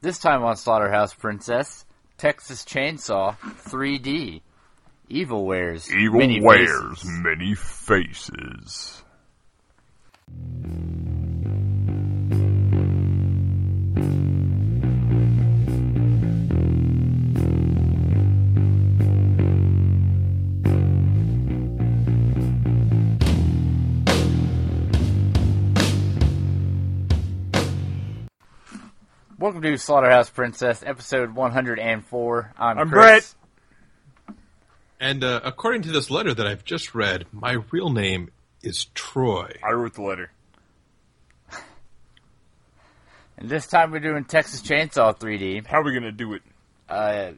This time on Slaughterhouse Princess, Texas Chainsaw 3D. Evil Wares. Evil Many wears Faces. many faces. Welcome to Slaughterhouse Princess, episode 104. I'm, I'm Chris. And uh, according to this letter that I've just read, my real name is Troy. I wrote the letter. And this time we're doing Texas Chainsaw 3D. How are we gonna do it? Uh,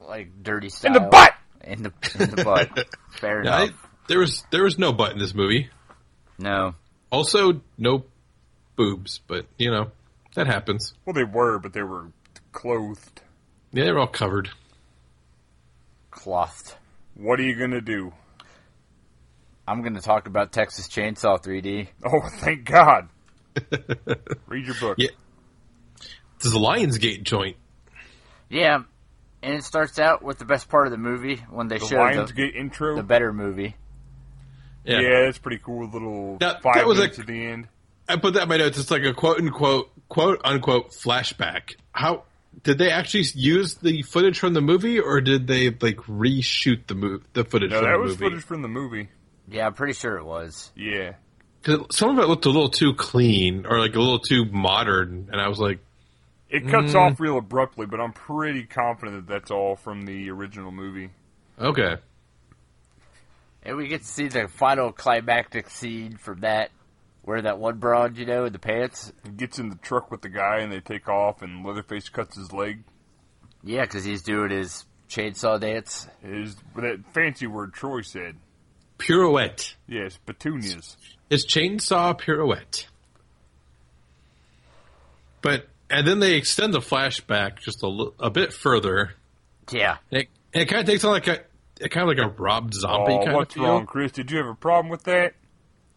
like dirty style. In the butt. In the, in the butt. Fair Now, enough. I- there was there was no butt in this movie. No. Also, no boobs, but you know that happens. Well, they were, but they were clothed. Yeah, they're all covered. Clothed. What are you gonna do? I'm going to talk about Texas Chainsaw 3D. Oh, thank God. Read your book. Yeah. There's a lion's gate joint. Yeah. And it starts out with the best part of the movie when they The show Lions the, Gate intro. the better movie. Yeah, yeah, that's pretty cool. Little That- five that was a- minutes at the end. I put that in my notes. It's like a quote unquote quote unquote flashback. How did they actually use the footage from the movie, or did they like reshoot the move the footage No, from that the was movie? footage from the movie. Yeah, I'm pretty sure it was. Yeah. Cause some of it looked a little too clean or like a little too modern, and I was like, It cuts Mm. off real abruptly, but I'm pretty confident that that's all from the original movie. okay, And we get to see the final climactic scene from that, where that one broad, you know, in the pants. He gets in the truck with the guy, and they take off, and Leatherface cuts his leg. Yeah, because he's doing his chainsaw dance. His that fancy word Troy said. pirouette. Yes, petunias. It's chainsaw pirouette. But and then they extend the flashback just a, li- a bit further. Yeah. And it, and it kind of takes on like a it kind of like a Rob Zombie Oh, kind what's of feel. wrong, Chris? Did you have a problem with that?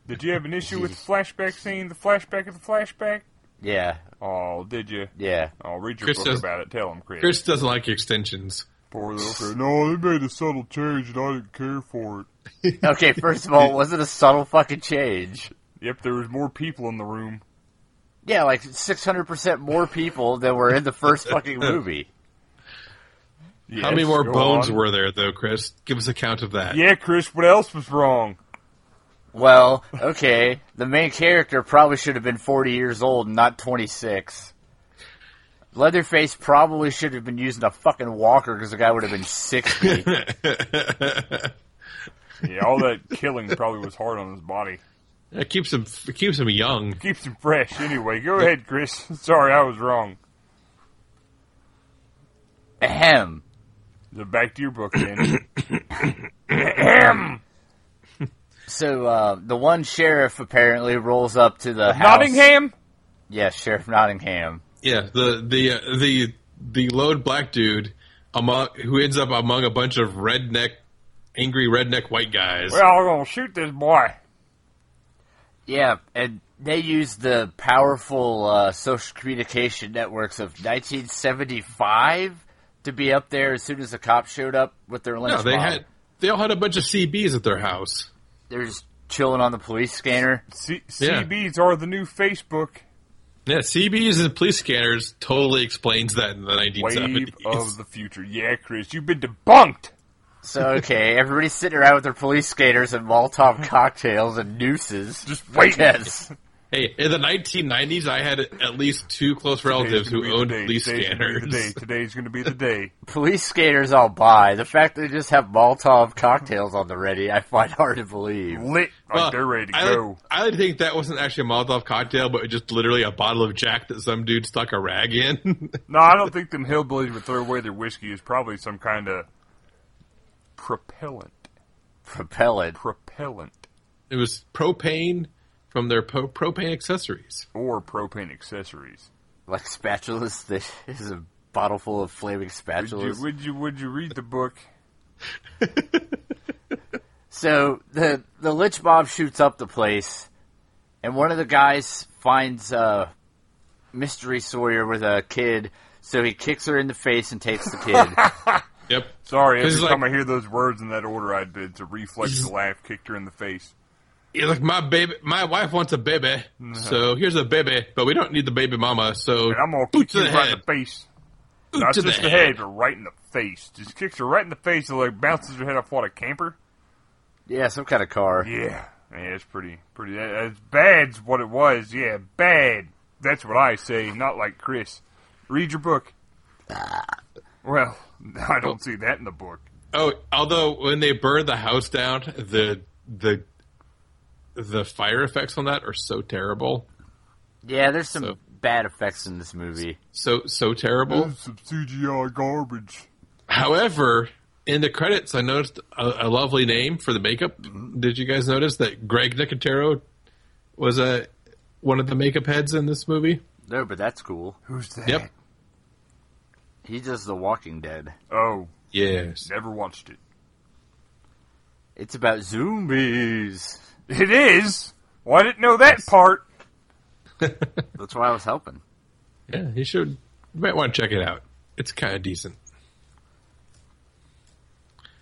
Did you have an issue with the flashback scene? The flashback of the flashback? Yeah. Oh, did you? Yeah. Oh, read your Chris book does- about it. Tell him, Chris. Chris doesn't like extensions. Poor little Chris. No, they made a subtle change, and I didn't care for it. Okay, first of all, was it a subtle fucking change? Yep, there was more people in the room. Yeah, like 600% more people than were in the first fucking movie. How many more Yes, go bones on. were there though, Chris? Give us a count of that. Yeah, Chris. What else was wrong? Well, okay, the main character probably should have been 40 years old, not 26. Leatherface probably should have been using a fucking walker because the guy would have been 60. Yeah, all that killing probably was hard on his body. It keeps him it keeps him young. Keeps him fresh. Anyway, go ahead, Chris. Sorry, I was wrong. Ahem. So back to your book, then. So uh, the one sheriff apparently rolls up to the house. Nottingham. Yes, Sheriff Nottingham. Yeah, the the uh, the the load black dude among who ends up among a bunch of redneck, angry redneck white guys. Well, I'm gonna shoot this boy. Yeah, and they use the powerful uh, social communication networks of 1975 to be up there as soon as the cops showed up with their lynch no, they mob. had they all had a bunch of CBs at their house. They're just chilling on the police scanner. C- Yeah. CBs are the new Facebook Yeah, CBs and police scanners totally explains that in the wave 1970s. of the future. Yeah, Chris, you've been debunked. So okay, everybody's sitting around with their police skaters and Molotov cocktails and nooses. Just I waiting. guess. Hey, in the 1990s, I had at least two close relatives Today's gonna Oh, who be the day. owned police Today's gonna be the day. scanners. Today's gonna be the day. Police skaters all buy. The fact they just have Molotov cocktails on the ready, I find hard to believe. Lit. Like Well, they're ready to I, go. I like to think that wasn't actually a Molotov cocktail, but just literally a bottle of Jack that some dude stuck a rag in. No, I don't think them hillbillies would throw away their whiskey. It's probably some kind of propellant. Propellant. Propellant It was propane from their po- propane accessories. or propane accessories. Like spatulas. This is a bottle full of flaming Would you, spatulas. would you would you read the book? So the the lynch mob shoots up the place, and one of the guys finds uh, Mystery Sawyer with a kid So he kicks her in the face and takes the kid. Yep. Sorry, every It's like- time I hear those words in that order, I'd been to reflex the laugh, kicked her in the face. You're like my baby. My wife wants a baby, so here's a baby. But we don't need the baby mama. So Mm-hmm. And I'm gonna boot kick to you the right head. in the face. Boot Not to just the head, but right in the face. Just kicks her right in the face and like bounces her head off what a camper. yeah, some kind of car. Yeah, yeah, it's pretty, pretty. that- That's bad's what it was. Yeah, bad. That's what I say. Not like Chris. Read your book. Well, I don't see that in the book. Oh, although when they burn the house down, the the the fire effects on that are so terrible, Yeah, there's some So- bad effects in this movie. so so terrible. Some CGI garbage. However, in the credits, I noticed a, a lovely name for the makeup. Did you guys notice that Greg Nicotero was a one of the makeup heads in this movie? No, but that's cool. Who's that? Yep. He does The Walking Dead. Oh, Yes. never watched it. It's about zombies. It is. Well, I didn't know that part. That's why I was helping. Yeah, you should. You might want to check it out. It's kind of decent.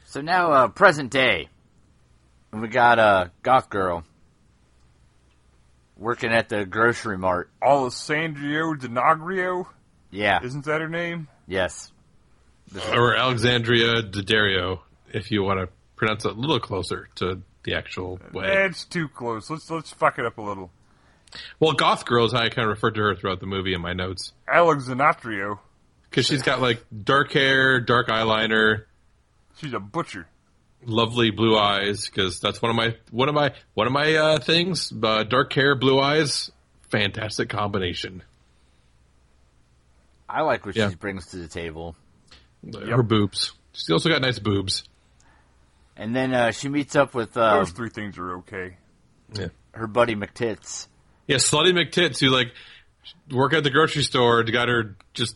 So now, uh, present day. And we got a uh, goth girl working at the grocery mart. Alessandro D'Onofrio, Yeah, isn't that her name? yes. Or Alexandria Daddario, if you want to pronounce it a little closer to the actual way. That's too close. Let's let's fuck it up a little. Well, Goth Girl is how I kind of referred to her throughout the movie in my notes. Alexandrio, Because she's got like dark hair, dark eyeliner, she's a butcher. lovely blue eyes. Because that's one of my one of my one of my uh, things. Uh, dark hair, blue eyes, fantastic combination. I like what Yeah. she brings to the table. Her boobs. She's also got nice boobs. And then uh, she meets up with uh, Those Um, three things are okay. Yeah. her buddy McTits. Yeah, Slutty McTits, who like work at the grocery store, got her just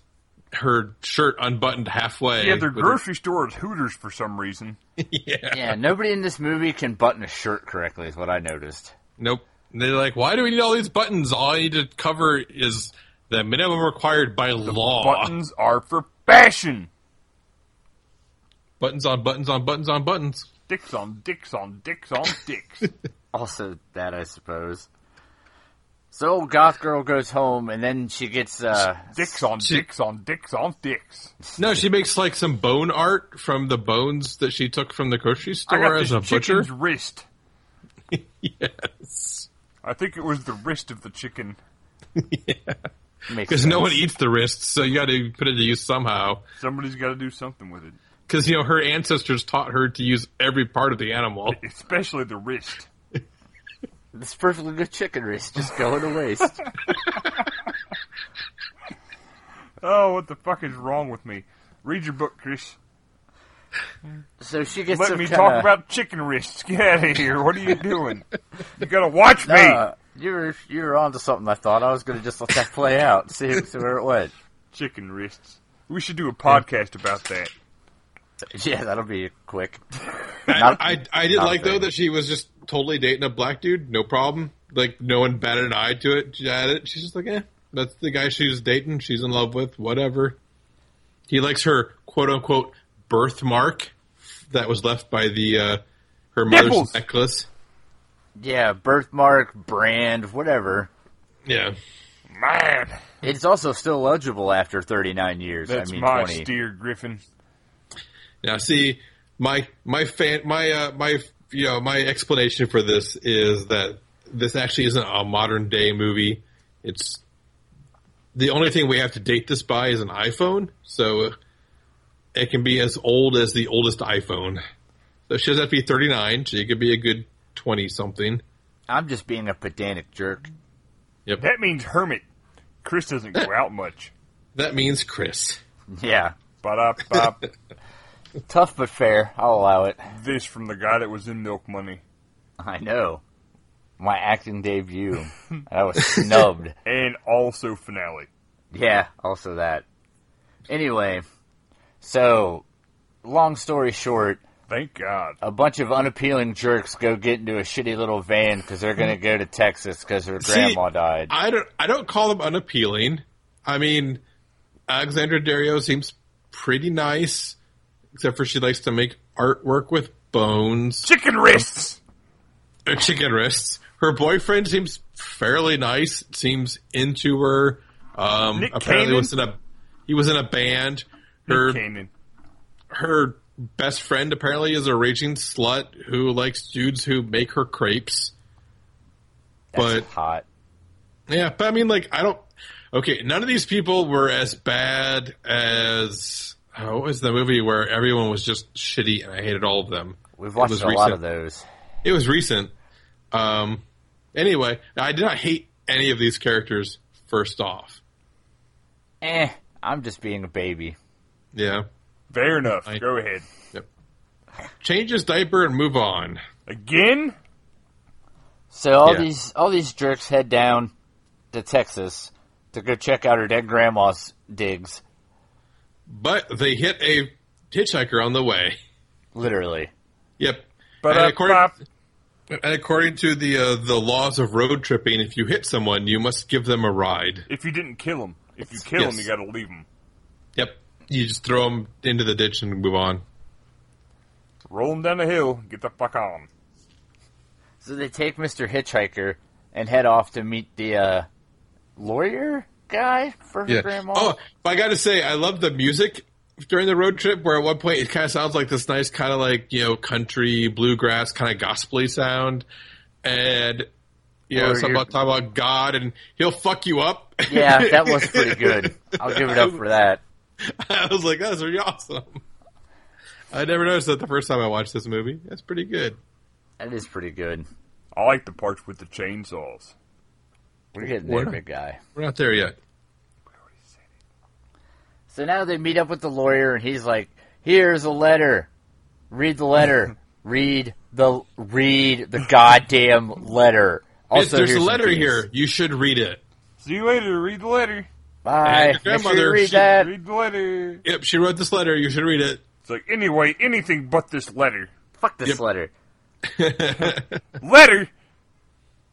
her shirt unbuttoned halfway. Yeah, their with her- grocery store is Hooters for some reason. yeah. Yeah, nobody in this movie can button a shirt correctly, is what I noticed. Nope. And they're like, why do we need all these buttons? All I need to cover is the minimum required by law. Buttons are for fashion. Buttons on buttons on buttons on buttons. Dicks on dicks on dicks on dicks. Also, that I suppose. So, old goth girl goes home, and then she gets uh, dicks on She- dicks on dicks on dicks. No, she makes like some bone art from the bones that she took from the grocery I store got this as a butcher. chicken's wrist. Yes. I think it was the wrist of the chicken. makes Because no sense. one eats the wrist, so you got to put it to use somehow. Somebody's got to do something with it, Because, you know, her ancestors taught her to use every part of the animal. especially the wrist. This perfectly good chicken wrist just going to waste. Oh, what the fuck is wrong with me? Read your book, Chris. so she gets Let some me kinda, talk about chicken wrists. Get out of here. What are you doing? You gotta watch me. Uh, you were you were onto something. I thought I was going to just let that play out, see, see where it went. chicken wrists. We should do a podcast about that. Yeah, that'll be quick. Not- I, I, I did not like a thing. though that she was just totally dating a black dude, no problem. Like no one batted an eye to it. She had it. She's just like, eh, that's the guy she's dating. She's in love with. Whatever. He likes her quote unquote birthmark that was left by the uh, her mother's Nipples. necklace. Yeah, birthmark, brand, whatever. Yeah, Man, It's also still legible after 39 years. that's I mean, my 20. steer, Griffin. Now, see, my my fan, my uh, my you know, my explanation for this is that this actually isn't a modern day movie. It's the only thing we have to date this by is an iPhone, so it can be as old as the oldest iPhone. So she doesn't have to be 39. She could be a good 20 something. I'm just being a pedantic jerk. Yep. That means hermit. Chris doesn't go out much. That means Chris. Yeah, But up tough but fair. I'll allow it. this from the guy that was in Milk Money. I know. My acting debut. I was snubbed. And also finale. Yeah, also that. Anyway, so long story short, Thank God. a bunch of unappealing jerks go get into a shitty little van because they're going to go to Texas because her See, grandma died. I don't I don't call them unappealing. I mean, Alexandra Dario seems pretty nice, except for she likes to make artwork with bones, Chicken wrists. uh, chicken wrists. Her boyfriend seems fairly nice. Seems into her. Um, Nick apparently Cannon? was in a he was in a band. Her Cannon. her best friend apparently is a raging slut who likes dudes who make her crepes. That's But- hot. Yeah, but I mean, like, I don't. Okay, none of these people were as bad as oh, what was the movie where everyone was just shitty and I hated all of them. We've watched a was lot recent. of those. It was recent. Um, anyway, I did not hate any of these characters. First off, Eh, I'm just being a baby. yeah, Fair enough. I- Go ahead. change his diaper and move on. Again? So all Yeah. these all these jerks head down to Texas to go check out her dead grandma's digs. But they hit a hitchhiker on the way. Literally. Yep. But And uh, according- pop- And according to the uh, the laws of road tripping, if you hit someone, you must give them a ride. if you didn't kill him, if you kill him, Yes. you got to leave him. Yep. You just throw them into the ditch and move on. Roll him down the hill. Get the fuck on. So they take Mr. Hitchhiker and head off to meet the uh, lawyer guy for her Yeah. grandma. Oh, I got to say, I love the music during the road trip. Where at one point it kind of sounds like this nice kind of like you know country bluegrass kind of gospely sound, and you know Or something you're- about, talking about God and he'll fuck you up. Yeah, that was pretty good. I'll give it up for that. I was like, that's pretty awesome. I never noticed that the first time I watched this movie. That's pretty good. That is pretty good. I like the parts with the chainsaws. We're getting Where? there, big guy. We're not there yet. So now they meet up with the lawyer, and he's like, "Here's a letter. Read the letter. read the read the goddamn letter." It's- Also, there's a here's some letter keys. here. You should read it. See you later. Read the letter. Bye. And your Make sure you grandmother, read she- that. Read the letter. Yep, she wrote this letter. You should read it. It's like anyway, anything but this letter. Fuck this Yep. letter. Letter.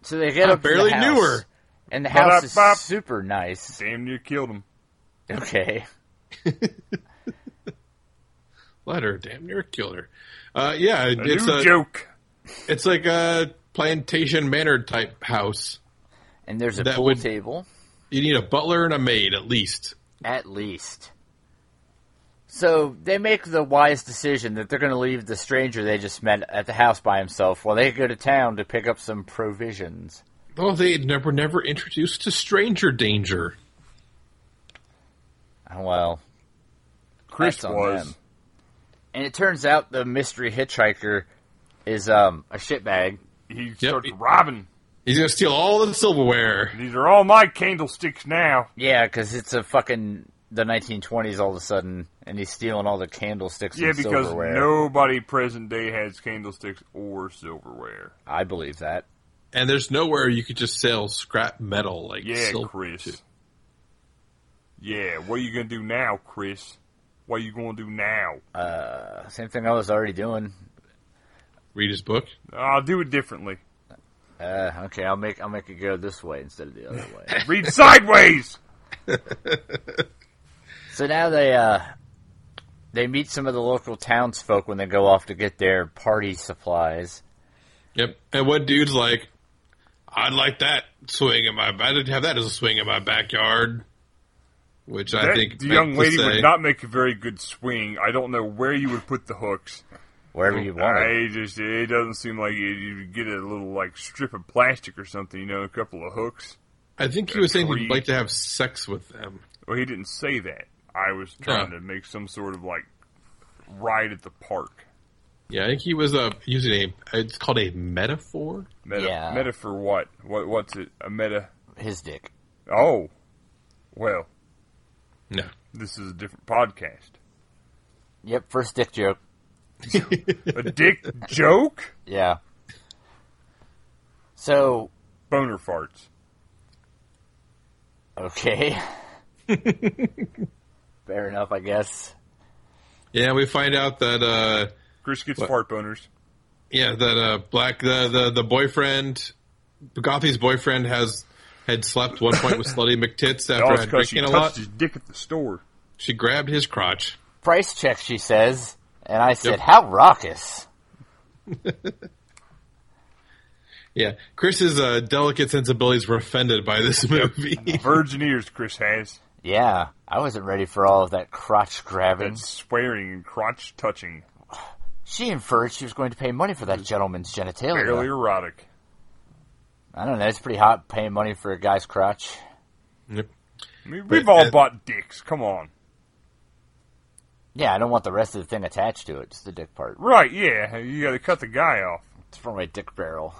So they get I up to the barely knew house, her. and the house is Ba-da-bop. super nice. Damn near killed him. Okay. letter. Damn near killed her. Uh, yeah, A it's new a joke. it's like a plantation manor type house. And there's a That pool would- table, You need a butler and a maid at least. at least. So they make the wise decision that they're going to leave the stranger they just met at the house by himself while they go to town to pick up some provisions. Oh, they had never never introduced to stranger danger. Oh, Well, Chris that's on was. them. And it turns out the mystery hitchhiker is um, a shitbag. He starts he- robbing. He's gonna steal all the silverware. These are all my candlesticks now. Yeah, because it's a fucking the 1920s all of a sudden, and he's stealing all the candlesticks Yeah, and because silverware. nobody present day has candlesticks or silverware. I believe that. And there's nowhere you could just sell scrap metal like Yeah, silver. Chris. Yeah, what are you gonna do now, Chris? What are you gonna do now? Same thing I was already doing. Read his book. I'll do it differently. Uh, okay, I'll make I'll make it go this way instead of the other way. Read sideways. so now they uh, they meet some of the local townsfolk when they go off to get their party supplies. Yep. And what dude's like? I'd like that swing in my. I didn't have that as a swing in my backyard. Which I That think young meant to lady say- would not make a very good swing. I don't know where you would put the hooks. Wherever you want. it. I just it doesn't seem like you, you get a little like strip of plastic or something, you know, a couple of hooks. I think he was saying Agreed. he'd like to have sex with them. Well, he didn't say that. I was trying to make some sort of like ride at the park. Yeah, I think he was uh, using a. It's called a metaphor. Meta, Yeah. meta for what? What what's it? A meta? His dick. Oh, well, No, this is a different podcast. Yep, first dick joke. A dick joke? Yeah. So Boner farts. okay. Fair enough, I guess. Yeah, we find out that uh, Chris gets What? fart boners. yeah, that uh, black the the the boyfriend, Gothy's boyfriend has had slept one point with Slutty McTits after That's had because she drinking a touched lot. his dick at the store. She grabbed his crotch. Price check, she says, and I said, Yep. "How raucous." Yeah, Chris's uh, delicate sensibilities were offended by this movie. Virgin ears Chris has. Yeah, I wasn't ready for all of that crotch grabbing. That swearing and crotch touching. She inferred she was going to pay money for that gentleman's genitalia. Barely erotic. I don't know. It's pretty hot paying money for a guy's crotch. Yep. I mean, But- we've all and- bought dicks. Come on. Yeah, I don't want the rest of the thing attached to it. Just the dick part. Right, yeah. You gotta cut the guy off. It's for my dick barrel.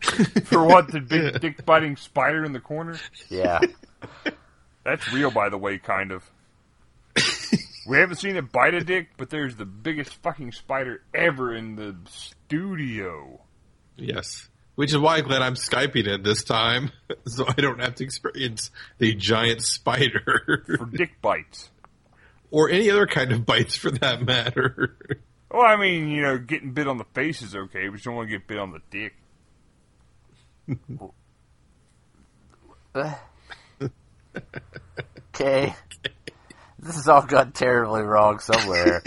For what, the big dick biting spider in the corner? Yeah. That's real, by the way, kind of. we haven't seen it bite a dick, but there's the biggest fucking spider ever in the studio. yes, which is why I'm glad I'm skyping it this time, so I don't have to experience the giant For spider dick bites. or any other kind of bites for that matter. Well, I mean, you know, getting bit on the face is okay, but you don't want to get bit on the dick. Okay. This has all gone terribly wrong somewhere.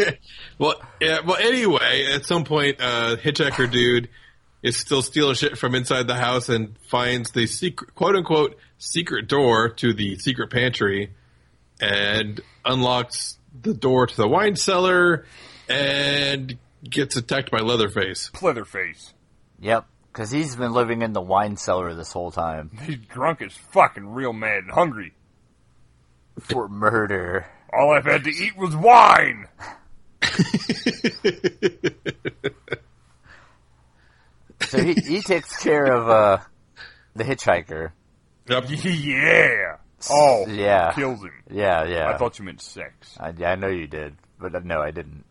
Well, yeah, well. Anyway, at some point, uh, hitchhiker dude is still stealing shit from inside the house and finds the secret, quote unquote, secret door to the secret pantry, and unlocks the door to the wine cellar, and gets attacked by Leatherface. Pleatherface. yep. Because he's been living in the wine cellar this whole time He's drunk as fuck and real mad and hungry. for murder. All I've had to eat was wine! So he, he takes care of uh, the hitchhiker. Yep. yeah! Oh, Yeah. kills him. Yeah, yeah. I thought you meant sex. I, I know you did, but uh, no, I didn't.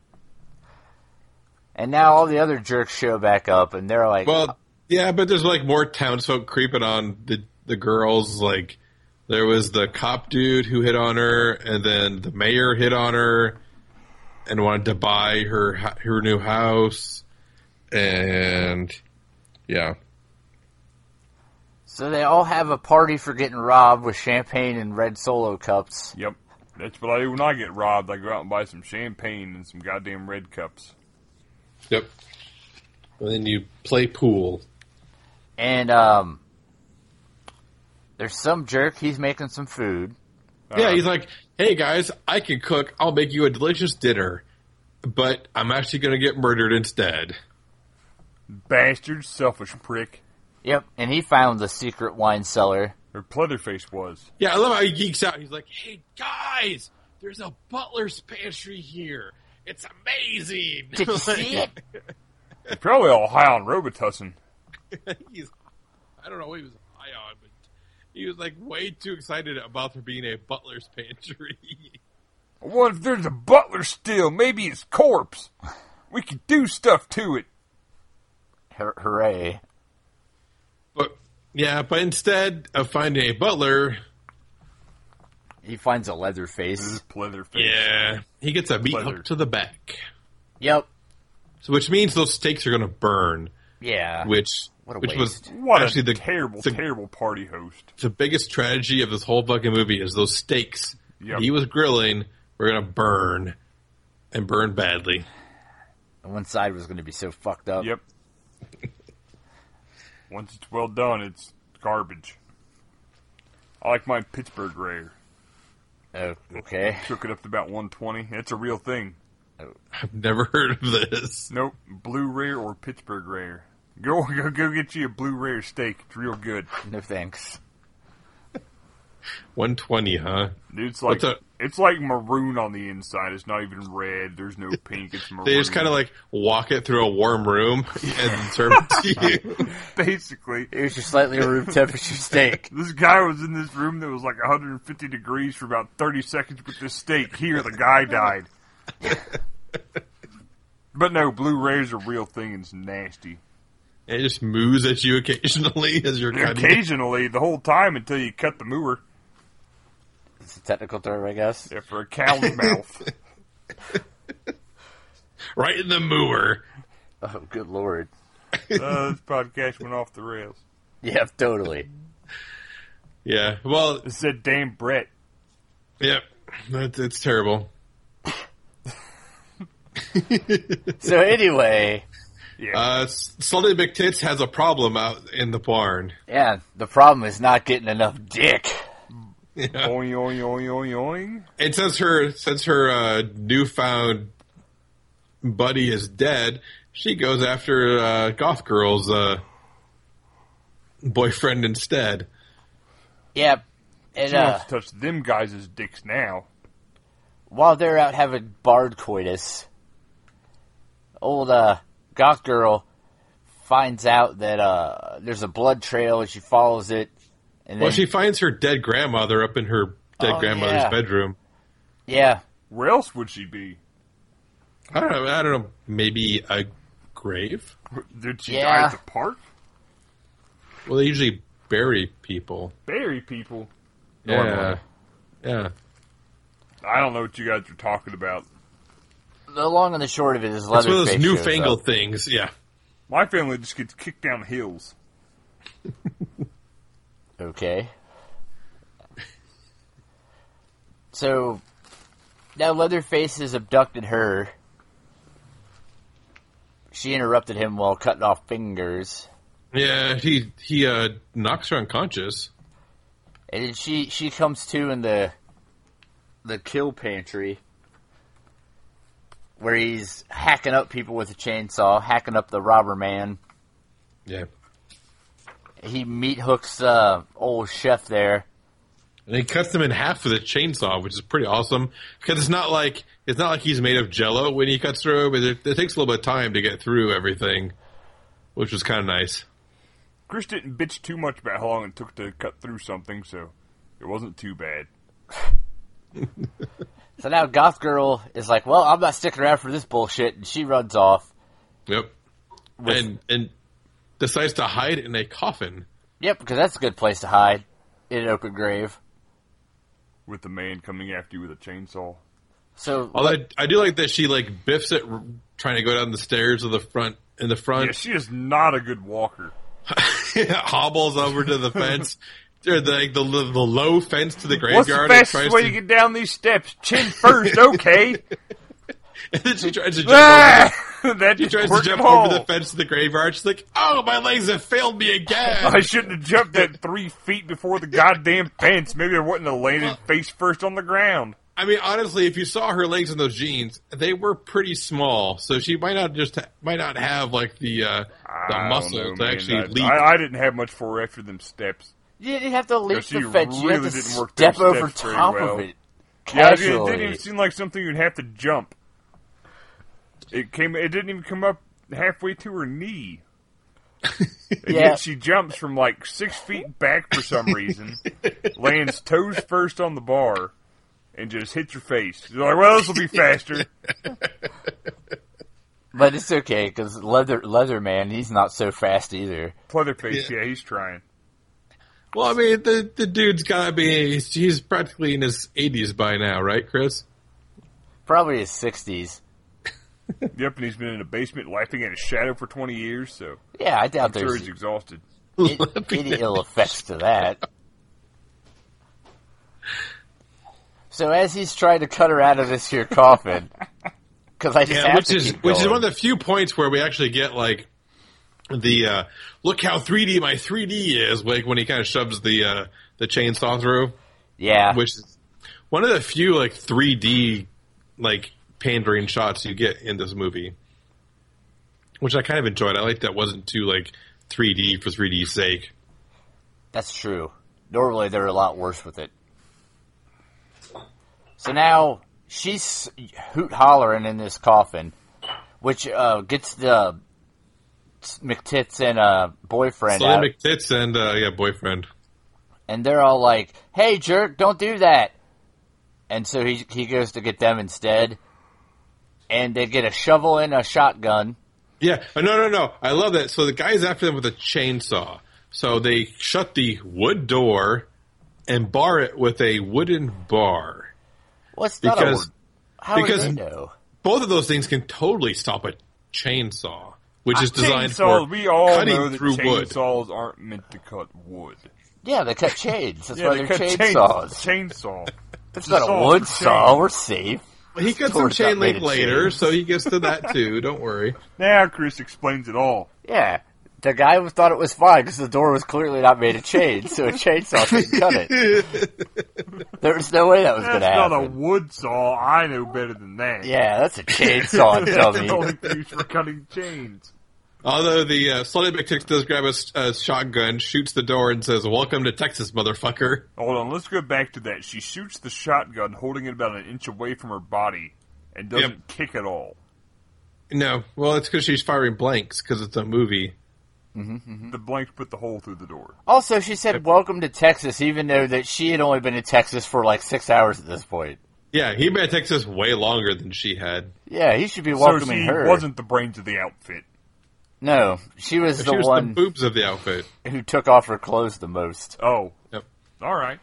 And now all the other jerks show back up, and they're like, Well, yeah, but there's like more townsfolk creeping on the the girls. Like there was the cop dude who hit on her, and then the mayor hit on her and wanted to buy her ho- her new house, and yeah, so they all have a party for getting robbed with champagne and red solo cups. Yep. That's what I do when I get robbed. I go out and buy some champagne and some goddamn red cups. yep. And then you play pool. And um, there's some jerk, he's making some food. yeah, Uh, he's like, "Hey guys, I can cook. I'll make you a delicious dinner." But I'm actually going to get murdered instead. Bastard, selfish prick. Yep, and he found the secret wine cellar. Or Pleatherface was. Yeah, I love how he geeks out. He's like, "Hey guys, there's a butler's pantry here. It's amazing." Did you see it? He's Probably all high on Robitussin. He's, I don't know what he was high on, but he was like way too excited about there being a butler's pantry. I wonder if there's a butler still. Maybe it's corpse. We could do stuff to it. Hur- hooray. but yeah, but instead of finding a butler, He finds a leather This is face. Pleatherface. yeah, he gets a meat Butler. hook to the back, Yep. so which means those steaks are going to burn. Yeah. Which What a which waste. was What actually a the terrible, the terrible party host. the biggest tragedy of this whole fucking movie is those steaks Yep. he was grilling were gonna burn and burn badly. One side was going to be so fucked up. Yep. Once it's well done, it's garbage. I like my Pittsburgh rare. Oh, okay. Cook it up to about 120. That's a real thing. I've never heard of this. Nope, blue rare or Pittsburgh rare. Go go go get you a blue rare steak. It's real good. No thanks. 120, huh? Dude, it's like What's it's like maroon on the inside. It's not even red. There's no pink. It's maroon. They just kind of like walk it through a warm room and serve it to you. basically. It was your slightly room temperature steak. This guy was in this room that was like 150 degrees for about 30 seconds with this steak. Here, the guy died. but no, blue rare's a real thing. and It's nasty. And it just moos at you occasionally as you're cutting. it. Occasionally, the whole time until you cut the moor It's a technical term, I guess. yeah, for a cow's mouth. right in the moor. Oh, good lord. Uh, this podcast went off the rails. Yeah, totally. Yeah. Well, It said Dame Brett. yep. It's, it's terrible. So anyway, Yeah. Uh, Sully McTits has a problem out in the barn. yeah, the problem is not getting enough dick. Yeah. oing, oing, oing, oing, oing. And since her since her uh, newfound buddy is dead, she goes after uh, Goth Girl's uh, boyfriend instead. Yep. And She uh, wants to touch them guys' dicks now. while they're out having bard coitus, old uh, goth girl finds out that uh, there's a blood trail and she follows it. And Well, then, she finds her dead grandmother up in her dead Oh, grandmother's yeah. bedroom. yeah, Where else would she be? I don't know. I don't know. Maybe a grave. Did she die Yeah. at the park? Well, they usually bury people. Bury people. Yeah. Normally. Yeah. I don't know what you guys are talking about. the long and the short of it is It's one of Leatherface. those shows newfangled up. things. Yeah. My family just gets kicked down hills. Okay. So now Leatherface has abducted her. She interrupted him while cutting off fingers. Yeah. He he uh, knocks her unconscious. And then she she comes to in the the kill pantry where he's hacking up people with a chainsaw, hacking up the robber man. Yeah. He meat hooks uh, old chef there. And he cuts them in half with a chainsaw, which is pretty awesome because it's not like it's not like he's made of jello when he cuts through. But it, it takes a little bit of time to get through everything, which was kind of nice. Chris didn't bitch too much about how long it took to cut through something, so it wasn't too bad. So now Goth Girl is like, "Well, I'm not sticking around for this bullshit," and she runs off. Yep. and and decides to hide in a coffin. Yep, because that's a good place to hide in an open grave. With the man coming after you with a chainsaw. So Although I, I do like that she like biffs it r- trying to go down the stairs of the front in the front, Yeah, she is not a good walker. hobbles over to the fence, or the, like the the low fence to the What's the graveyard, and, fastest tries way to, to get down these steps? Chin first, okay. and then she tries to jump over. that She just tries to worked jump them all. over the fence to the graveyard. She's like, "Oh, my legs have failed me I again." shouldn't have jumped that three feet before the goddamn fence. Maybe I wouldn't have landed face first on the ground. I mean, honestly, if you saw her legs in those jeans, they were pretty small, so she might not just ha- might not have like the uh, the I don't know, muscle to man. actually I, leap. I, I didn't have much for after them steps. you didn't have to leap she the fence; you really had to didn't work step those over steps very top well. of it Yeah, it, casually. didn't- it didn't even seem like something you'd have to jump. It came. It didn't even come up halfway to her knee. And Yeah. yet she jumps from like six feet back for some reason, lands toes first on the bar, and just hits her face. You're like, well, this will be faster. But it's okay because Leather Leatherman, he's not so fast either. Leatherface, yeah, he's trying. Well, I mean, the the dude's gotta be he's, he's practically in his eighties by now, right, Chris? Probably his sixties. Yep, and he's been in a basement laughing at his shadow for 20 years, so Yeah, I doubt sure there's he's exhausted. i- any ill effects to that. So as he's trying to cut her out of this here coffin, because I just Yeah, have which to is keep which is going. one of the few points where we actually get like the uh, look how 3D my 3D is like when he kind of shoves the uh, the chainsaw through, yeah, which is one of the few like 3D like pandering shots you get in this movie, which I kind of enjoyed. I like that wasn't too like 3D for 3D's sake. that's true. Normally they're a lot worse with it. So now she's hoot hollering in this coffin, which uh, gets the McTits and uh, boyfriend out. Slim McTits and uh, yeah, boyfriend. and they're all like, "Hey, jerk, don't do that." And so he he goes to get them instead, and they get a shovel and a shotgun. Yeah, Oh, no, no, no. I love that. So the guy's after them with a chainsaw. So they shut the wood door and bar it with a wooden bar. What's that? Because how would because- they know? both of those things can totally stop a chainsaw, which is designed chainsaws, for we all cutting know that through wood. chainsaws aren't meant to cut wood. Yeah, they cut chains. That's Yeah, why they they're cut chains- chainsaws. Chainsaw. it's not a saw wood for saw. chains. We're safe. He got some Torch got chain made link of later, chains. so he gets to that too. Don't worry. Now Chris explains it all. Yeah. The guy was- thought it was fine because the door was clearly not made of chain, so a chainsaw could cut it. There was no way that was going That's to not a happen. wood saw. I know better than that. Yeah, that's a chainsaw That's dummy. only used for cutting chains. Although the uh, Slutty McTix does grab a, s- a shotgun, shoots the door, and says, "Welcome to Texas, motherfucker." Hold on, let's go back to that. She shoots the shotgun, holding it about an inch away from her body, and doesn't Yep. kick at all. No, well, it's because she's firing blanks because it's a movie. Mm-hmm. The blanks put the hole through the door. Also, she said, "Welcome to Texas," even though that she had only been in Texas for like six hours at this point. Yeah, he been in Texas way longer than she had. Yeah, he should be so welcoming she her. wasn't the brains of the outfit. No, she was She the was one the boobs of the outfit. who took off her clothes the most. Oh, Yep. all right.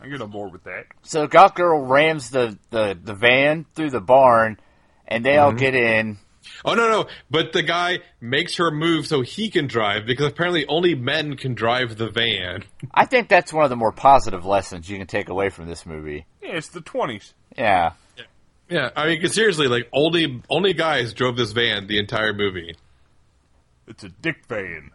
I get on board with that. So Goth Girl rams the, the, the van through the barn, and they all get in. Oh no, no! But the guy makes her move so he can drive because apparently only men can drive the van. I think that's one of the more positive lessons you can take away from this movie. Yeah, it's the twenties. Yeah. Yeah, I mean, 'cause seriously, like only only guys drove this van the entire movie. It's a dick van.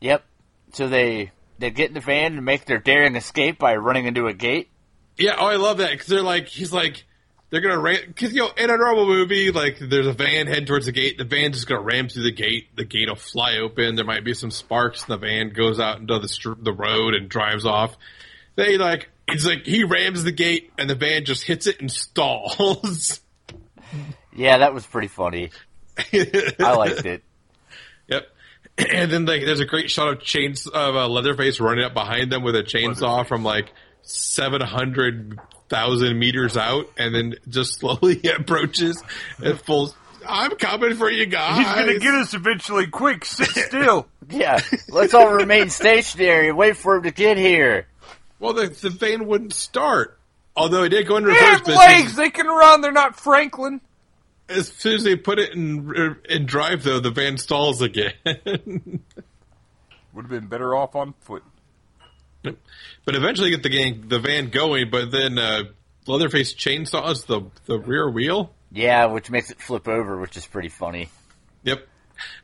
Yep. So they they get in the van and make their daring escape by running into a gate. Yeah, oh, I love that because they're like, he's like, they're gonna ram because you know in a normal movie, like there's a van heading towards the gate, the van's just gonna ram through the gate, the gate will fly open, there might be some sparks, and the van goes out into the str- the road and drives off. They like, he's like, he rams the gate, and the van just hits it and stalls. Yeah, that was pretty funny. I liked it. Yep. And then like, there's a great shot of chains of uh, Leatherface running up behind them with a chainsaw from like seven hundred thousand meters out, and then just slowly approaches at full. I'm coming for you guys. He's gonna get us eventually. Quick, sit still. Yeah. Let's all remain stationary and wait for him to get here. Well, the, the van wouldn't start. Although it did go in reverse, they have but as soon legs. as- They can run. They're not Franklin. as soon as they put it in in drive, though, the van stalls again. Would have been better off on foot. but eventually, get the gang the van going. But then uh, Leatherface chainsaws the the rear wheel. Yeah, which makes it flip over, which is pretty funny. Yep.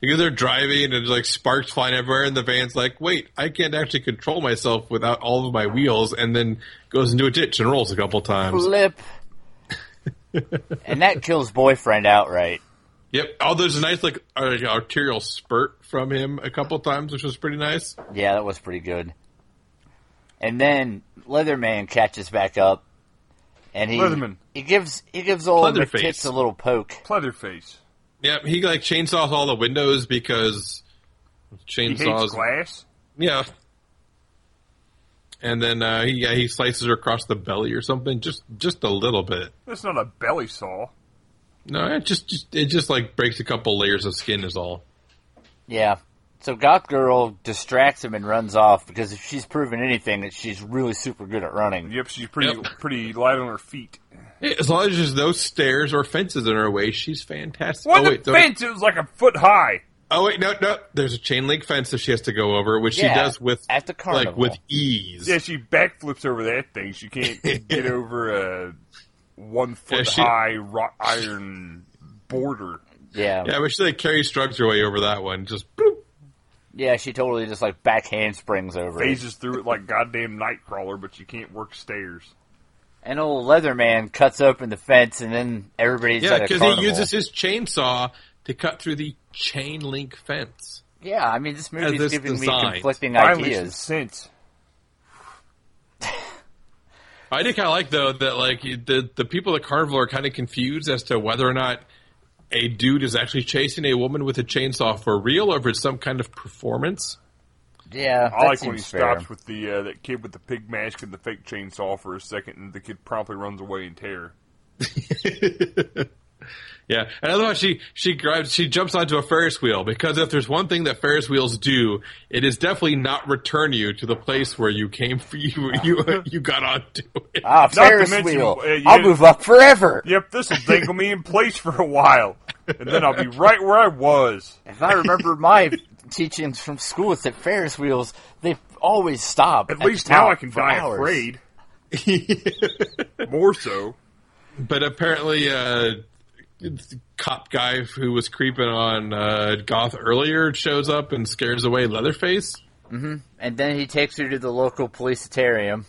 Because they're driving and there's like sparks flying everywhere, and the van's like, "Wait, I can't actually control myself without all of my wheels," and then goes into a ditch and rolls a couple times. Flip. and that kills boyfriend outright. Yep. Oh, there's a nice like uh, arterial spurt from him a couple times, which was pretty nice. Yeah, that was pretty good. And then Leatherman catches back up, and he Leatherman. he gives he gives old Leatherface. McTits a little poke. Pleatherface. Yep. He like chainsaws all the windows because He hates chainsaws. glass. yeah. And then uh, he yeah, he slices her across the belly or something, just just a little bit. That's not a belly saw. No, it just, just it just like breaks a couple layers of skin is all. Yeah. So Goth Girl distracts him and runs off because if she's proven anything, that she's really super good at running. Yep, she's pretty Yep. Oh, pretty light on her feet. As long as there's no stairs or fences in her way, she's fantastic. What oh the wait, there- fence? It was like a foot high. oh wait, no, no. There's a chain link fence that she has to go over, which Yeah, she does with at the carnival. like with ease. Yeah, she backflips over that thing. She can't get over a one foot Yeah, she- high wrought iron border. Yeah. yeah, Yeah, but she like Carrie Struggs her way over that one. Just bloop. She totally just like back handsprings over. it. Phases through it like goddamn Nightcrawler, but you can't work stairs. And old Leatherman cuts open the fence, and then everybody's yeah, at a because carnival. he uses his chainsaw to cut through the chain link fence. yeah, I mean this movie's this giving me design. conflicting Finally, some ideas. sense. I did kind of like though that like you- the the people at Carnival are kind of confused as to whether or not a dude is actually chasing a woman with a chainsaw for real or if it's some kind of performance. Yeah, I that like seems when he fair. stops with the uh, that kid with the pig mask and the fake chainsaw for a second, and the kid promptly runs away in terror. Yeah, and otherwise she she grabs she jumps onto a Ferris wheel because if there's one thing that Ferris wheels do, it is definitely not return you to the place where you came for you you you got onto it. Ah, to Ferris mention, wheel. uh, you I'll didn't- move up forever. Yep, this will dangle me in place for a while, and then I'll be right where I was. If I remember my teachings from school, it's that Ferris wheels they always stop. At the least top now I can for die hours. afraid. More so. But apparently, uh, the cop guy who was creeping on uh, Goth earlier shows up and scares away Leatherface. And then he takes her to the local policetarium.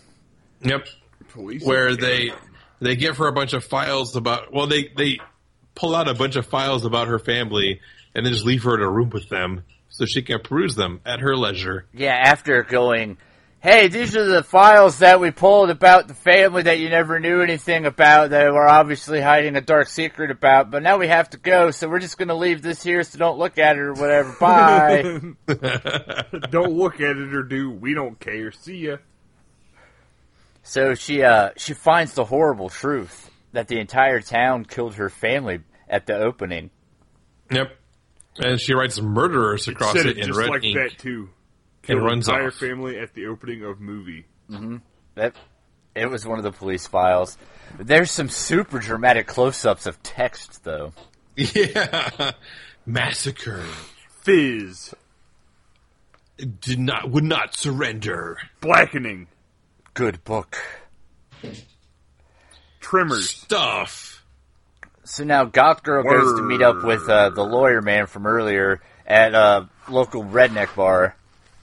Yep. Police. Where they they give her a bunch of files about well they they pull out a bunch of files about her family and then just leave her in a room with them so she can peruse them at her leisure. Yeah, after going, hey, these are the files that we pulled about the family that you never knew anything about that we're obviously hiding a dark secret about, but now we have to go, so we're just going to leave this here so don't look at it or whatever. Bye. don't look at it or do. We don't care. See ya. so she uh, she finds the horrible truth that the entire town killed her family at the opening. Yep. And she writes murderers across Said it it, in just red like ink. that too. and The runs entire off. family at the opening of movie. That it was one of the police files. There's some super dramatic close-ups of text though. Yeah. Massacre. Fizz. Did not would not surrender. Blackening. Good book. Tremors. Stuff. So now Goth Girl goes to meet up with uh, the lawyer man from earlier at a local redneck bar.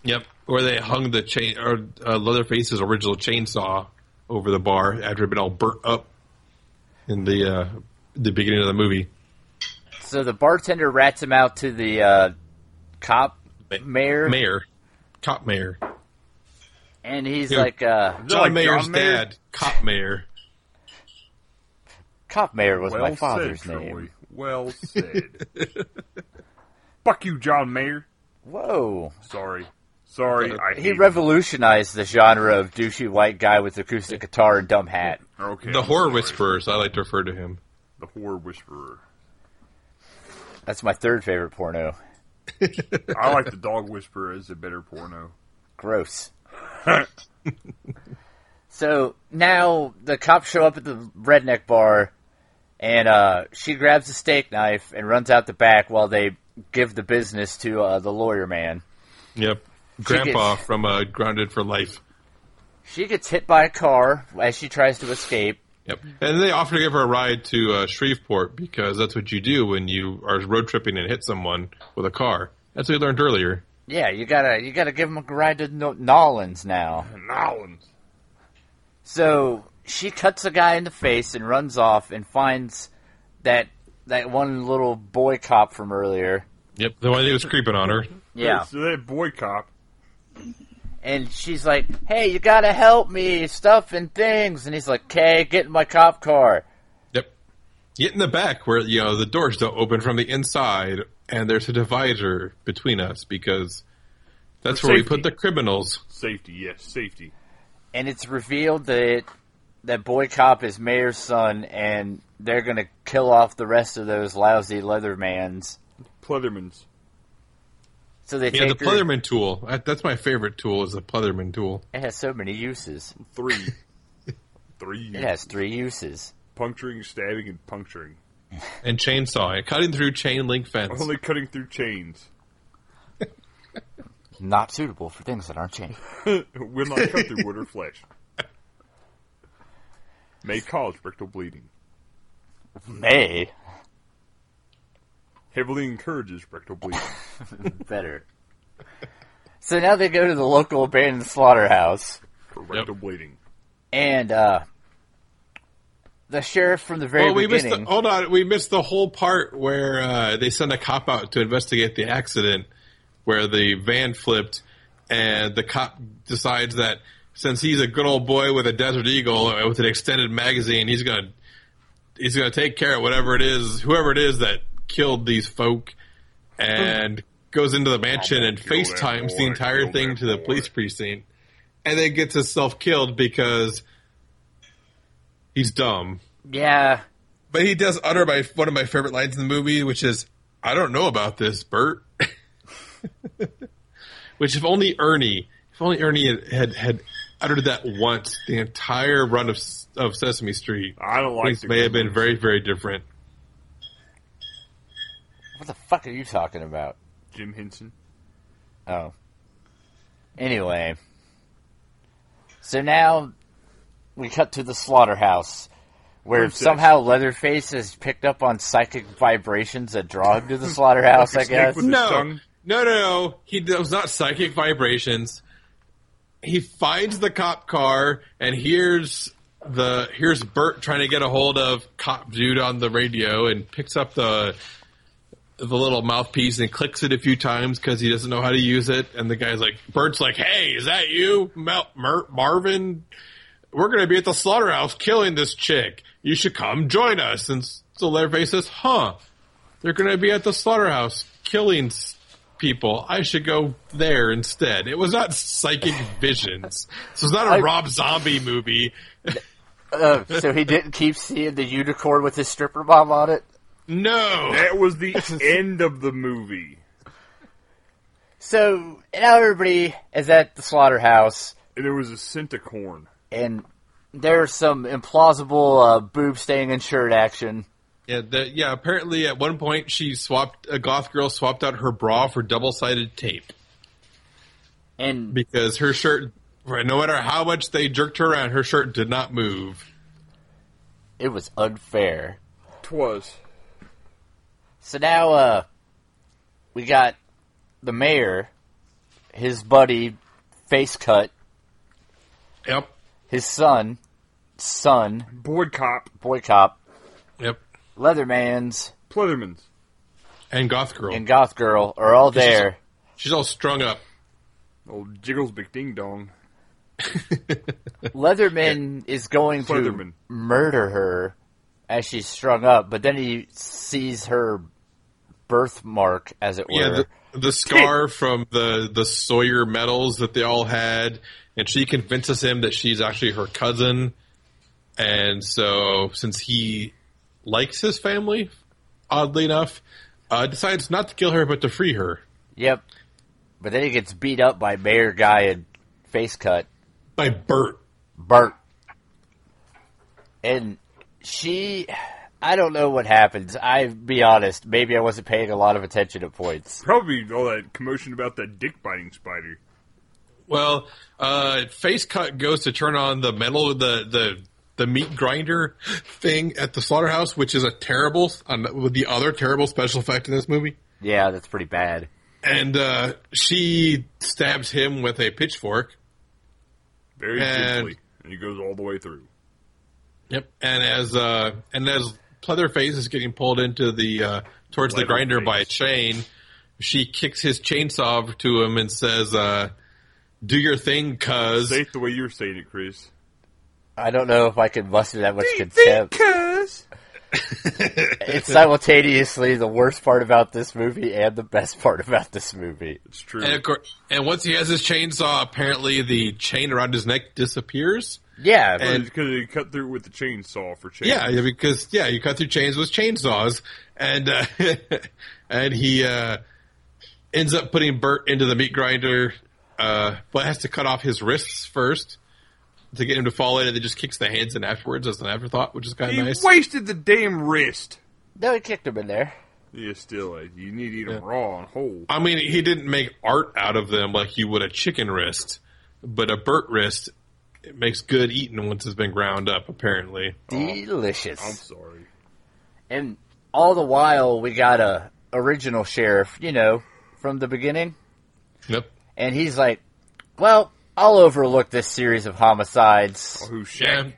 Yep. Where they hung the chain or uh, Leatherface's original chainsaw over the bar after it'd been all burnt up in the uh, the beginning of the movie. So the bartender rats him out to the uh, cop mayor, Mayor, cop mayor, and he's Yeah. like, uh, John like Mayor's John Mayer? dad, cop mayor. "Cop mayor was Well my father's said, name." Troy. Well said. Fuck you, John Mayer. Whoa! Sorry. Sorry. I He hate revolutionized the genre of douchey white guy with acoustic guitar and dumb hat. him. Okay, The I'm horror sorry. whisperers, I like to refer to him. The horror whisperer. That's my third favorite porno. I like the dog whisperer as a better porno. Gross. so now the cops show up at the redneck bar, and uh, she grabs a steak knife and runs out the back while they give the business to uh, the lawyer man. Yep. Grandpa gets- from uh, Grounded for Life. She gets hit by a car as she tries to escape. Yep. And they offer to give her a ride to uh, Shreveport because that's what you do when you are road tripping and hit someone with a car. That's what we learned earlier. Yeah, you gotta you gotta give him a ride to no- Nolans now. Nolans. So she cuts a guy in the face and runs off and finds that that one little boy cop from earlier. Yep. The one that was creeping on her. Yeah. So that boy cop. and she's like, "Hey, you gotta help me, stuff and things." And he's like, "Okay, get in my cop car." Yep. Get in the back where you know the doors don't open from the inside, and there's a divider between us because that's For where we safety. put the criminals. Safety, yes, safety. And it's revealed that that boy cop is Mayor's son, and they're gonna kill off the rest of those lousy Leathermans. Pleathermans. So they Yeah, the take her- Pletherman tool. That- That's my favorite tool is the Pletherman tool. It has so many uses. Three. Three. It has three uses. Puncturing, stabbing, and puncturing. And chainsaw, and cutting through chain link fence. Only cutting through chains. Not suitable for things that aren't chained. Will not cut through wood or flesh. May cause rectal bleeding. May Heavily encourages rectal bleeding. better. so now they go to the local abandoned slaughterhouse. For rectal bleeding. and uh, the sheriff from the very Oh, Well, we missed. beginning. The, hold on, we missed the whole part where uh, they send a cop out to investigate the accident, where the van flipped, and the cop decides that since he's a good old boy with a Desert Eagle uh, with an extended magazine, he's gonna he's gonna take care of whatever it is, whoever it is that killed these folk, and goes into the mansion and kill that FaceTimes boy, the entire kill thing that to the boy. police precinct, and then gets himself killed because he's dumb. yeah, But he does utter my one of my favorite lines in the movie, which is, "I don't know about this, Bert." which, if only Ernie, if only Ernie had had, had uttered that once, the entire run of S- of Sesame Street, I don't like things the may have been very very different. what the fuck are you talking about? Jim Henson. Oh, anyway, So now we cut to the slaughterhouse, where Princess. somehow Leatherface has picked up on psychic vibrations that draw him to the slaughterhouse. I Like a snake guess. with a- No, tongue? no, no, no. He does not psychic vibrations. He finds the cop car and hears the here's Bert trying to get a hold of cop dude on the radio and picks up the the little mouthpiece and clicks it a few times because he doesn't know how to use it. And the guy's like, Bert's like, "Hey, is that you, Mal- Mer- Marvin? We're gonna be at the slaughterhouse killing this chick. You should come join us." And so Leatherface says, "Huh." They're going to be at the slaughterhouse killing s- people. I should go there instead. It was not psychic visions. This was not a I- Rob Zombie movie. Uh, so he didn't keep seeing the unicorn with his stripper bob on it. No. That was the end of the movie. So now everybody is at the slaughterhouse, And there was a centicorn. and there's some implausible uh, boob staying in shirt action. Yeah, the, yeah. Apparently, at one point, she swapped a goth girl swapped out her bra for double sided tape And because her shirt. right, No matter how much they jerked her around, her shirt did not move. it was unfair. Twas. So now uh, we got the mayor, his buddy, face cut, Yep. his son, son, Boy Cop, boy cop, Yep. Leatherman's, Plethermans. And goth girl. and Goth Girl are all there. She's all strung up. Old Jiggles Big Ding Dong. Leatherman is going to Leatherman. murder her as she's strung up, but then he sees her birthmark, as it were. Yeah, the, the scar from the the Sawyer medals that they all had, and she convinces him that she's actually her cousin. And so, since he likes his family, oddly enough, uh, decides not to kill her but to free her yep. But then he gets beat up by Mayor Guy and Face Cut. by Bert. Bert. And she, I don't know what happens. I be honest, maybe I wasn't paying a lot of attention at points. Probably all that commotion about that dick biting spider. Well, uh, face cut goes to turn on the metal, the the the meat grinder thing at the slaughterhouse, which is a terrible, um, the other terrible special effect in this movie. Yeah, that's pretty bad. and uh, she stabs him with a pitchfork. Very And- simply. And he goes all the way through. Yep. And as uh, and as Pleatherface is getting pulled into the uh, towards the grinder by a Pleatherface. chain, she kicks his chainsaw to him and says, uh, "Do your thing, cuz." Say it the way you're saying it, Chris. I don't know if I can muster that much contempt. Because It's simultaneously the worst part about this movie and the best part about this movie. it's true. And of course, and once he has his chainsaw, apparently the chain around his neck disappears. Yeah, but- and- Because he cut through with the chainsaw for chain. Yeah, yeah, because yeah, you cut through chains with chainsaws, and uh, and he uh, ends up putting Bert into the meat grinder, uh, but has to cut off his wrists first to get him to fall in, and then just kicks the hands in afterwards as an afterthought, which is kind He of nice. wasted the damn wrist. no, he kicked him in there. Yeah, still, uh, you need to eat them Yeah. raw and whole. I mean, he didn't make art out of them like you would a chicken wrist, but a Bert wrist it makes good eating once it's been ground up. Apparently, Delicious. I'm sorry. Oh. Um, And all the while, we got a original sheriff, you know, from the beginning. yep. and he's like, "Well, I'll overlook this series of homicides." Oh, Who Yeah. Shaq?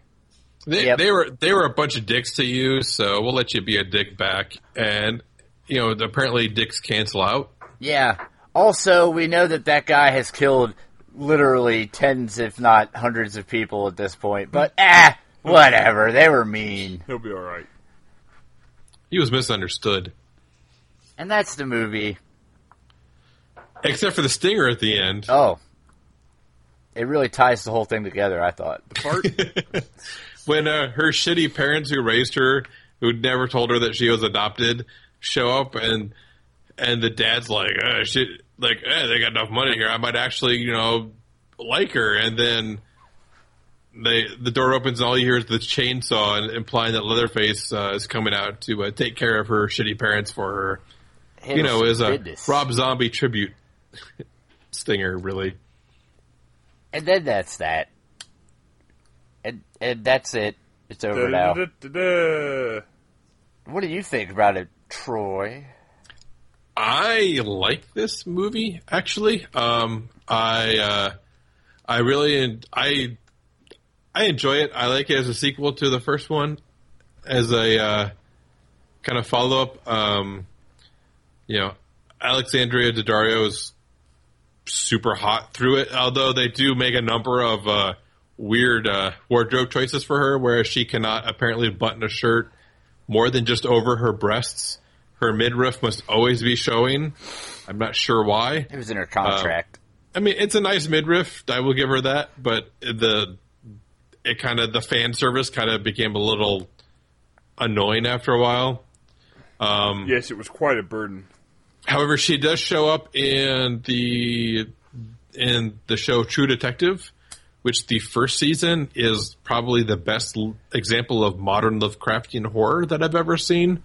They, Yep. they were they were a bunch of dicks to you, so we'll let you be a dick back. And you know, apparently dicks cancel out. Yeah. Also, we know that that guy has killed literally tens, if not hundreds, of people at this point. But Mm. ah, whatever. They were mean, He'll be all right. He was misunderstood, and that's the movie. except for the stinger at the end. Oh, it really ties the whole thing together. I thought. Fart? when uh, her shitty parents who raised her, who never told her that she was adopted, show up and and the dad's like, uh, shit, like eh, they got enough money here. I might actually, you know, like her. And then they the door opens and all you hear is the chainsaw, and implying that Leatherface uh, is coming out to uh, take care of her shitty parents for her. you know, is a Oh, Goodness. Rob Zombie tribute stinger, really. And then that's that. and and that's it. It's over now. Da-da-da-da-da. What do you think about it, Troy? I like this movie actually. Um, I uh, I really I I enjoy it. I like it as a sequel to the first one, as a uh, kind of follow up. Um, you know, Alexandria Daddario is super hot through it. Although they do make a number of uh, weird uh, wardrobe choices for her, where she cannot apparently button a shirt more than just over her breasts. Her midriff must always be showing. I'm not sure why. It was in her contract. I mean, it's a nice midriff. I will give her that, but the it kind of the fan service kind of became a little annoying after a while. Um, Yes, it was quite a burden. However, she does show up in the in the show True Detective, which the first season is probably the best l- example of modern Lovecraftian horror that I've ever seen.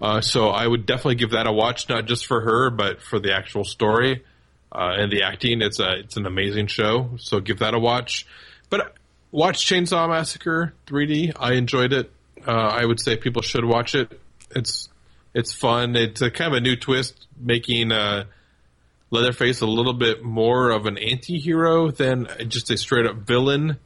Uh, so I would definitely give that a watch, not just for her, but for the actual story uh, and the acting. It's a it's an amazing show, so give that a watch. But watch Chainsaw Massacre 3D. I enjoyed it. Uh, I would say people should watch it. It's it's fun. It's a kind of a new twist, making uh, Leatherface a little bit more of an anti-hero than just a straight up villain.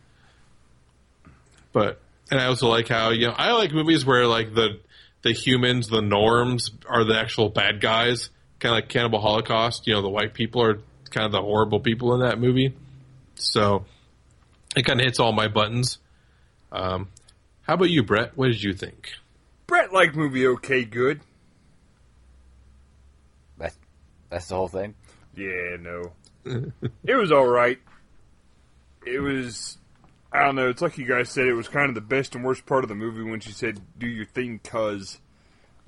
But and I also like how you know I like movies where like the the humans, the norms are the actual bad guys, kind of like Cannibal Holocaust. You know, the white people are kind of the horrible people in that movie. So it kind of hits all my buttons. Um, how about you, Brett? What did you think? Brett liked movie okay good. That's that's the whole thing. Yeah, no. it was all right. It was. I don't know. It's like you guys said. It was kind of the best and worst part of the movie when she said, "Do your thing, cuz."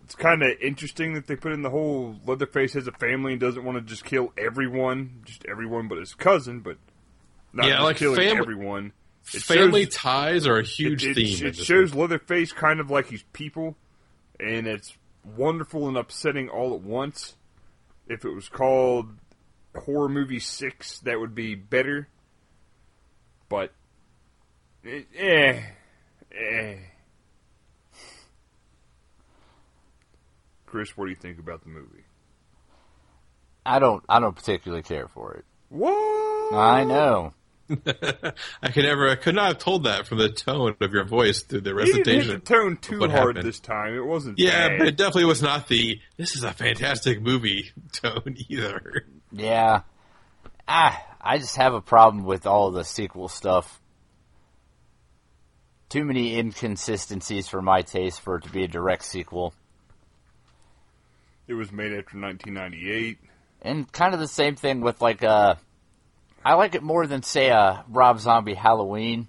It's kind of interesting that they put in the whole Leatherface has a family and doesn't want to just kill everyone, just everyone, but his cousin, but not Yeah, just like killing fam- everyone. It Family shows- ties are a huge it, it- theme. in It this shows Leatherface kind of like he's people, and it's wonderful and upsetting all at once. If it was called Horror Movie 6, that would be better. But, eh, eh, eh. Chris, what do you think about the movie? I don't I don't particularly care for it. What? I know. I could never, I could not have told that from the tone of your voice through the You didn't hit the recitation. tone too what hard happened. this time. It wasn't Yeah, bad. but it definitely was not the "this is a fantastic movie" tone either. Yeah. Ah, I just have a problem with all the sequel stuff. Too many inconsistencies for my taste for it to be a direct sequel. it was made after 1998. And kind of the same thing with like uh I like it more than say uh Rob Zombie Halloween.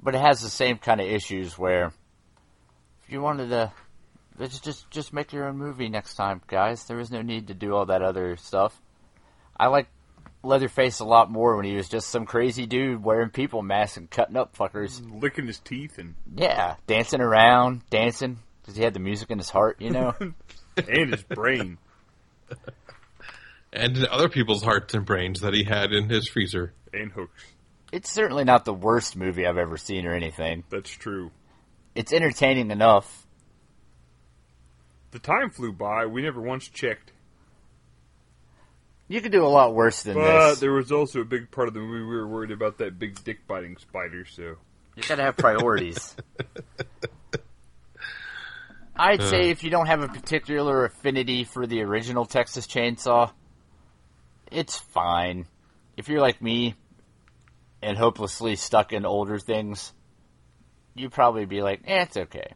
But it has the same kind of issues where if you wanted to just just just make your own movie next time, guys. There is no need to do all that other stuff. I like Leatherface a lot more when he was just some crazy dude wearing people masks and cutting up fuckers. Licking his teeth and Yeah, dancing around, dancing because he had the music in his heart, you know. and his brain. And in other people's hearts and brains that he had in his freezer. and hooks. it's certainly not the worst movie I've ever seen or anything. That's true. it's entertaining enough. The time flew by. We never once checked. You could do a lot worse than But this. there was also a big part of the movie we were worried about that big dick biting spider. So You gotta have priorities. I'd say if you don't have a particular affinity for the original Texas Chainsaw, it's fine. If you're like me and hopelessly stuck in older things, you'd probably be like, eh, it's okay.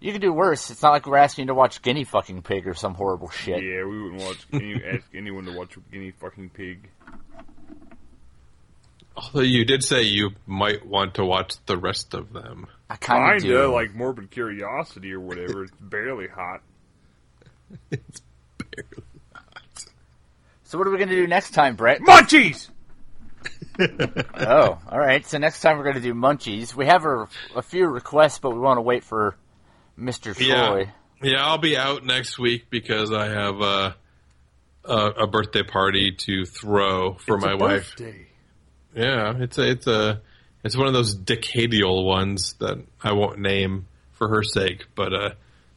You could do worse. It's not like we're asking you to watch Guinea fucking pig or some horrible shit. yeah, we wouldn't watch any, ask anyone to watch any fucking pig. Although you did say you might want to watch the rest of them. I kinda Kinda do. like morbid curiosity or whatever. It's barely hot. so what are we gonna do next time, Brett? Munchies. Oh, all right. So next time we're going to do munchies. We have a, a few requests, but we want to wait for Mr. Yeah. Troy. Yeah, I'll be out next week because I have a a, a birthday party to throw for It's my a wife. birthday. Yeah, it's a, it's a it's one of those decadial ones that I won't name for her sake, but uh,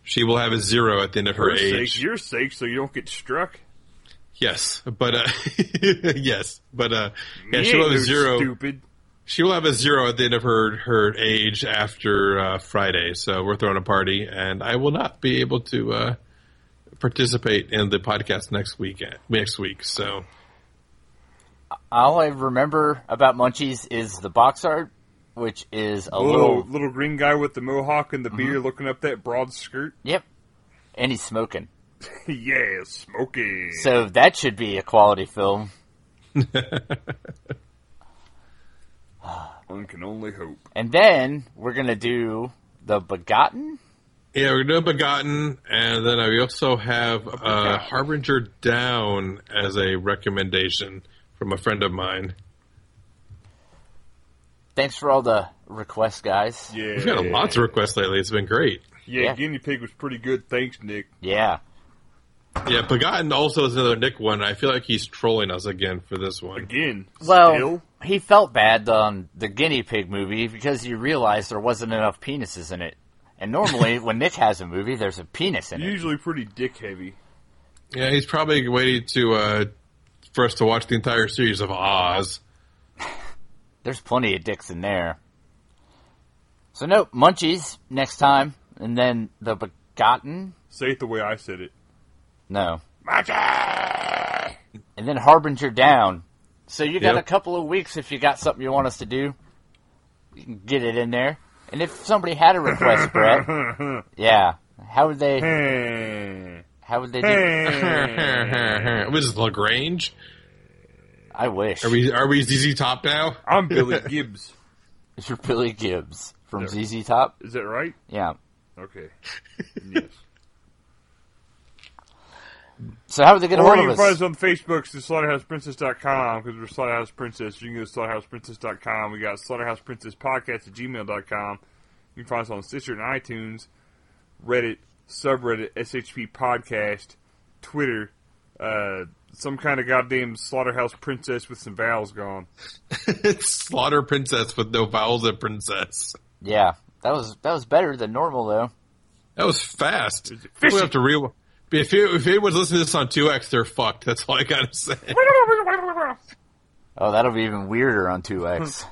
she will have a zero at the end of her, For age. sake, your sake, so you don't get struck. yes, but uh, yes, but uh, yeah, Me she ain't will have no a zero. Stupid. She will have a zero at the end of her her age after uh, Friday. So we're throwing a party, and I will not be able to uh, participate in the podcast next weekend next week. So All I remember about Munchies is the box art, which is a Little little. little green guy with the mohawk Mm-hmm. and the beard, looking up that broad skirt. Yep. And he's smoking. yeah, smoky. So that should be a quality film. One can only hope. And then we're going to do The Begotten. yeah, we're doing Begotten, and then we also have uh, Harbinger Down as a recommendation from a friend of mine. Thanks for all the requests, guys. Yeah, We've got lots of requests lately. It's been great. Yeah, Yeah. guinea pig was pretty good. Thanks, Nick. Yeah. Yeah, Begotten also is another Nick one. I feel like he's trolling us again for this one. Again, Well, still? he felt bad on the guinea pig movie because he realized there wasn't enough penises in it. And normally, when Nick has a movie, there's a penis in it. usually pretty dick heavy. Yeah, he's probably waiting to uh, for us to watch the entire series of Oz. There's plenty of dicks in there. So, nope, Munchies next time. And then The Begotten. Say it the way I said it. No. Matcha! And then Harbinger Down. So, you got Yep. a couple of weeks if you got something you want us to do. You can get it in there. And if somebody had a request, Brett, yeah, how would they, how would they do? Hmm. Eh. This is Lagrange. I wish. Are we are we ZZ Top now? I'm Billy Gibbs. You're Billy Gibbs from ZZ Top. Is that right? Yeah. Okay. Yes. So how would they get a Or hold you can of find us us? on Facebook, to slaughterhouseprincess.com, because we're Slaughterhouse Princess. You can go to slaughterhouseprincess.com. We got slaughterhouseprincesspodcast at gmail.com. You can find us on Stitcher and iTunes, Reddit, subreddit, SHP Podcast, Twitter, uh, some kind of goddamn slaughterhouse princess with some vowels gone. it's Slaughter Princess with no vowels at Princess. Yeah, that was that was better than normal though. That was fast. Is it We fishy? have to re. If, you, if anyone's listening to this on 2X, they're fucked. That's all I gotta say. Oh, that'll be even weirder on two X.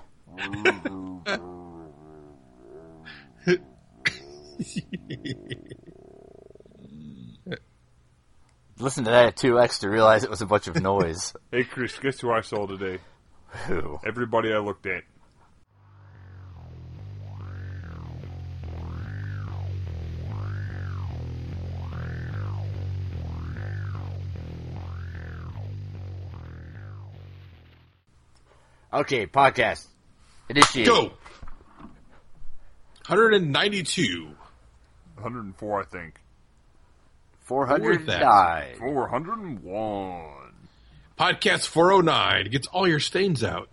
Listen to that at two X to realize it was a bunch of noise. Hey, Chris, guess who I saw today? Who? Everybody I looked at. Okay, podcast initiate. Go. 192. 104, I think. Four hundred Four thousand. die. 401. Podcast 409 gets all your stains out.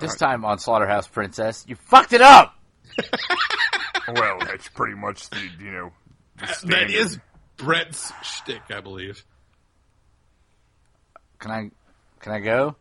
This time on Slaughterhouse Princess, you fucked it up. Well, that's pretty much the you know. The That standard. is Brett's shtick, I believe. Can I? Can I go?